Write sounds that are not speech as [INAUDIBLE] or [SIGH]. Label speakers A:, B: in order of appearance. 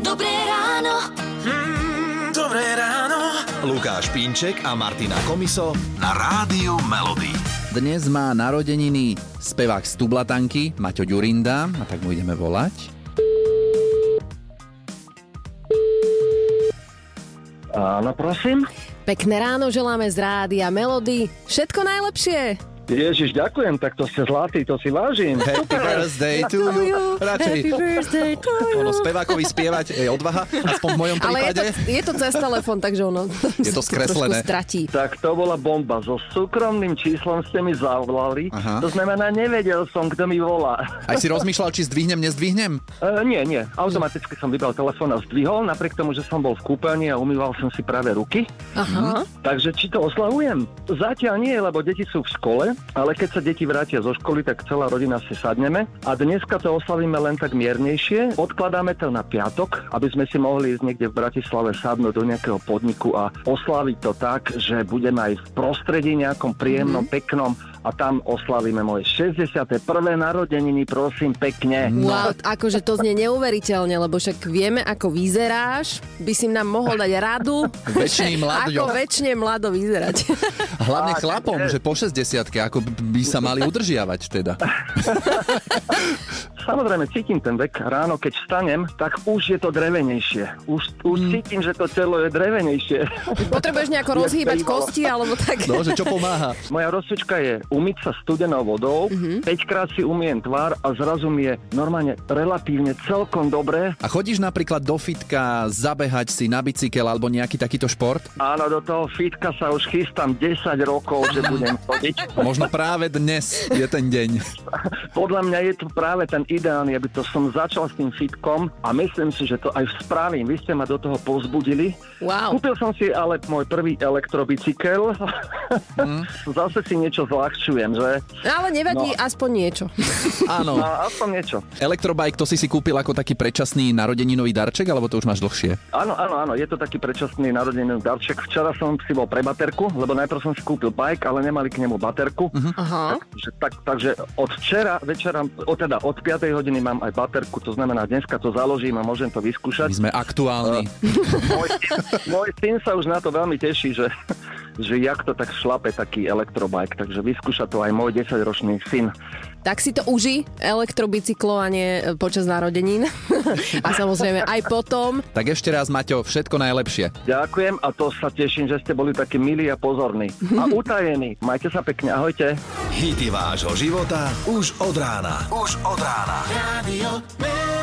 A: Dobré ráno.
B: Mm, dobré ráno.
C: Lukáš Pinček a Martina Komiso na Rádiu Melody.
D: Dnes má narodeniny spevák z Tublatanky, Maťo Ďurinda, a tak mu ideme volať.
E: Áno, prosím.
F: Pekné ráno želáme z rádia Melody. Všetko najlepšie.
E: Ježiš, ďakujem, tak to ste zlatý, to si vážim.
D: Happy birthday to you. Radšej
F: Happy birthday to you.
D: ono spevákovi spievať je odvaha, aspoň v mojom
F: Ale je to,
D: prípade.
F: je to cez telefón, takže ono
D: Je to
F: [LAUGHS] sa
D: skreslené.
F: trošku stratí.
E: Tak to bola bomba. So súkromným číslom ste mi zavolali.
D: Aha.
E: To znamená, nevedel som, kto mi volá.
D: Aj si rozmýšľal, či zdvihnem, nezdvihnem?
E: E, nie, nie. Automaticky som vybral telefón a zdvihol, napriek tomu, že som bol v kúpeľni a umýval som si práve ruky.
F: Aha.
E: Takže či to oslavujem? Zatiaľ nie, lebo deti sú v škole, ale keď sa deti vrátia zo školy, tak celá rodina si sadneme a dneska to oslavíme len tak miernejšie. Odkladáme to na piatok, aby sme si mohli ísť niekde v Bratislave sadnúť do nejakého podniku a oslaviť to tak, že budeme aj v prostredí nejakom príjemnom, mm-hmm. peknom a tam oslavíme moje 61. narodeniny, prosím, pekne.
D: Mhm.
F: No. Wow, akože to znie neuveriteľne, lebo však vieme, ako vyzeráš. By si nám mohol dať radu,
D: Večný mladňo.
F: ako väčšine mlado
D: [LAUGHS]
F: vyzerať.
D: Hlavne
E: Tak,
D: chlapom,
E: eh.
D: že po 60 ako by sa mali udržiavať teda.
E: Samozrejme, cítim ten vek. Ráno, keď vstanem, tak už je to drevenejšie. Už, už mm. cítim, že to telo je drevenejšie. [LAUGHS]
F: Potrebuješ nejako
E: Jak
F: rozhýbať
E: to bývalo.
F: kosti, alebo tak.
D: No, že čo pomáha?
E: Moja rozcvička je umyť sa studenou vodou, mm-hmm. 5 krát si umiem tvár a zrazu mi je normálne relatívne celkom dobre.
D: A chodíš napríklad do fitka, zabehať si na bicykel alebo nejaký takýto šport?
E: Áno, do toho fitka sa už chystám 10 rokov, že budem chodiť.
D: Možno práve dnes je ten deň.
E: Podľa mňa je to práve ten ideálny, aby to som začal s tým fitkom a myslím si, že to aj spravím. Vy ste ma do toho povzbudili.
F: Wow.
E: Kúpil som si ale môj prvý elektrobicykel. Mm. [LAUGHS] Zase si niečo zľahčujem, že?
F: No, Ale nevadí aspoň niečo. [LAUGHS]
E: No,
D: Áno,
E: aspoň niečo.
D: elektrobike, to si si kúpil ako taký predčasný narodeninový darček, alebo to už máš dlhšie?
E: Áno, áno, áno, je to taký predčasný narodený darček. Včera som si bol pre baterku, lebo najprv som si kúpil bike, ale nemali k nemu baterku.
D: Mhm.
E: Uh-huh.
F: Aha.
E: Že, tak, takže od včera večera, o, teda od 5. hodiny mám aj baterku, to znamená dneska to založím a môžem to
D: My
E: vyskúšať.
D: sme aktuálni.
E: Môj, syn- [LAUGHS] môj syn sa už na to veľmi teší, že, že jak to tak šlape taký elektrobike, takže vyskúša to aj môj 10-ročný syn.
F: Tak si to uži, elektrobicyklovanie e, počas narodenín. [LAUGHS] A samozrejme aj potom.
D: Tak ešte raz, Maťo, všetko najlepšie.
E: Ďakujem a to sa teším, že ste boli takí milí a pozorní.
D: [LAUGHS]
E: A utajení. Majte sa pekne, ahojte.
C: Hity vášho života už od rána. Už od rána. Rádio Melody.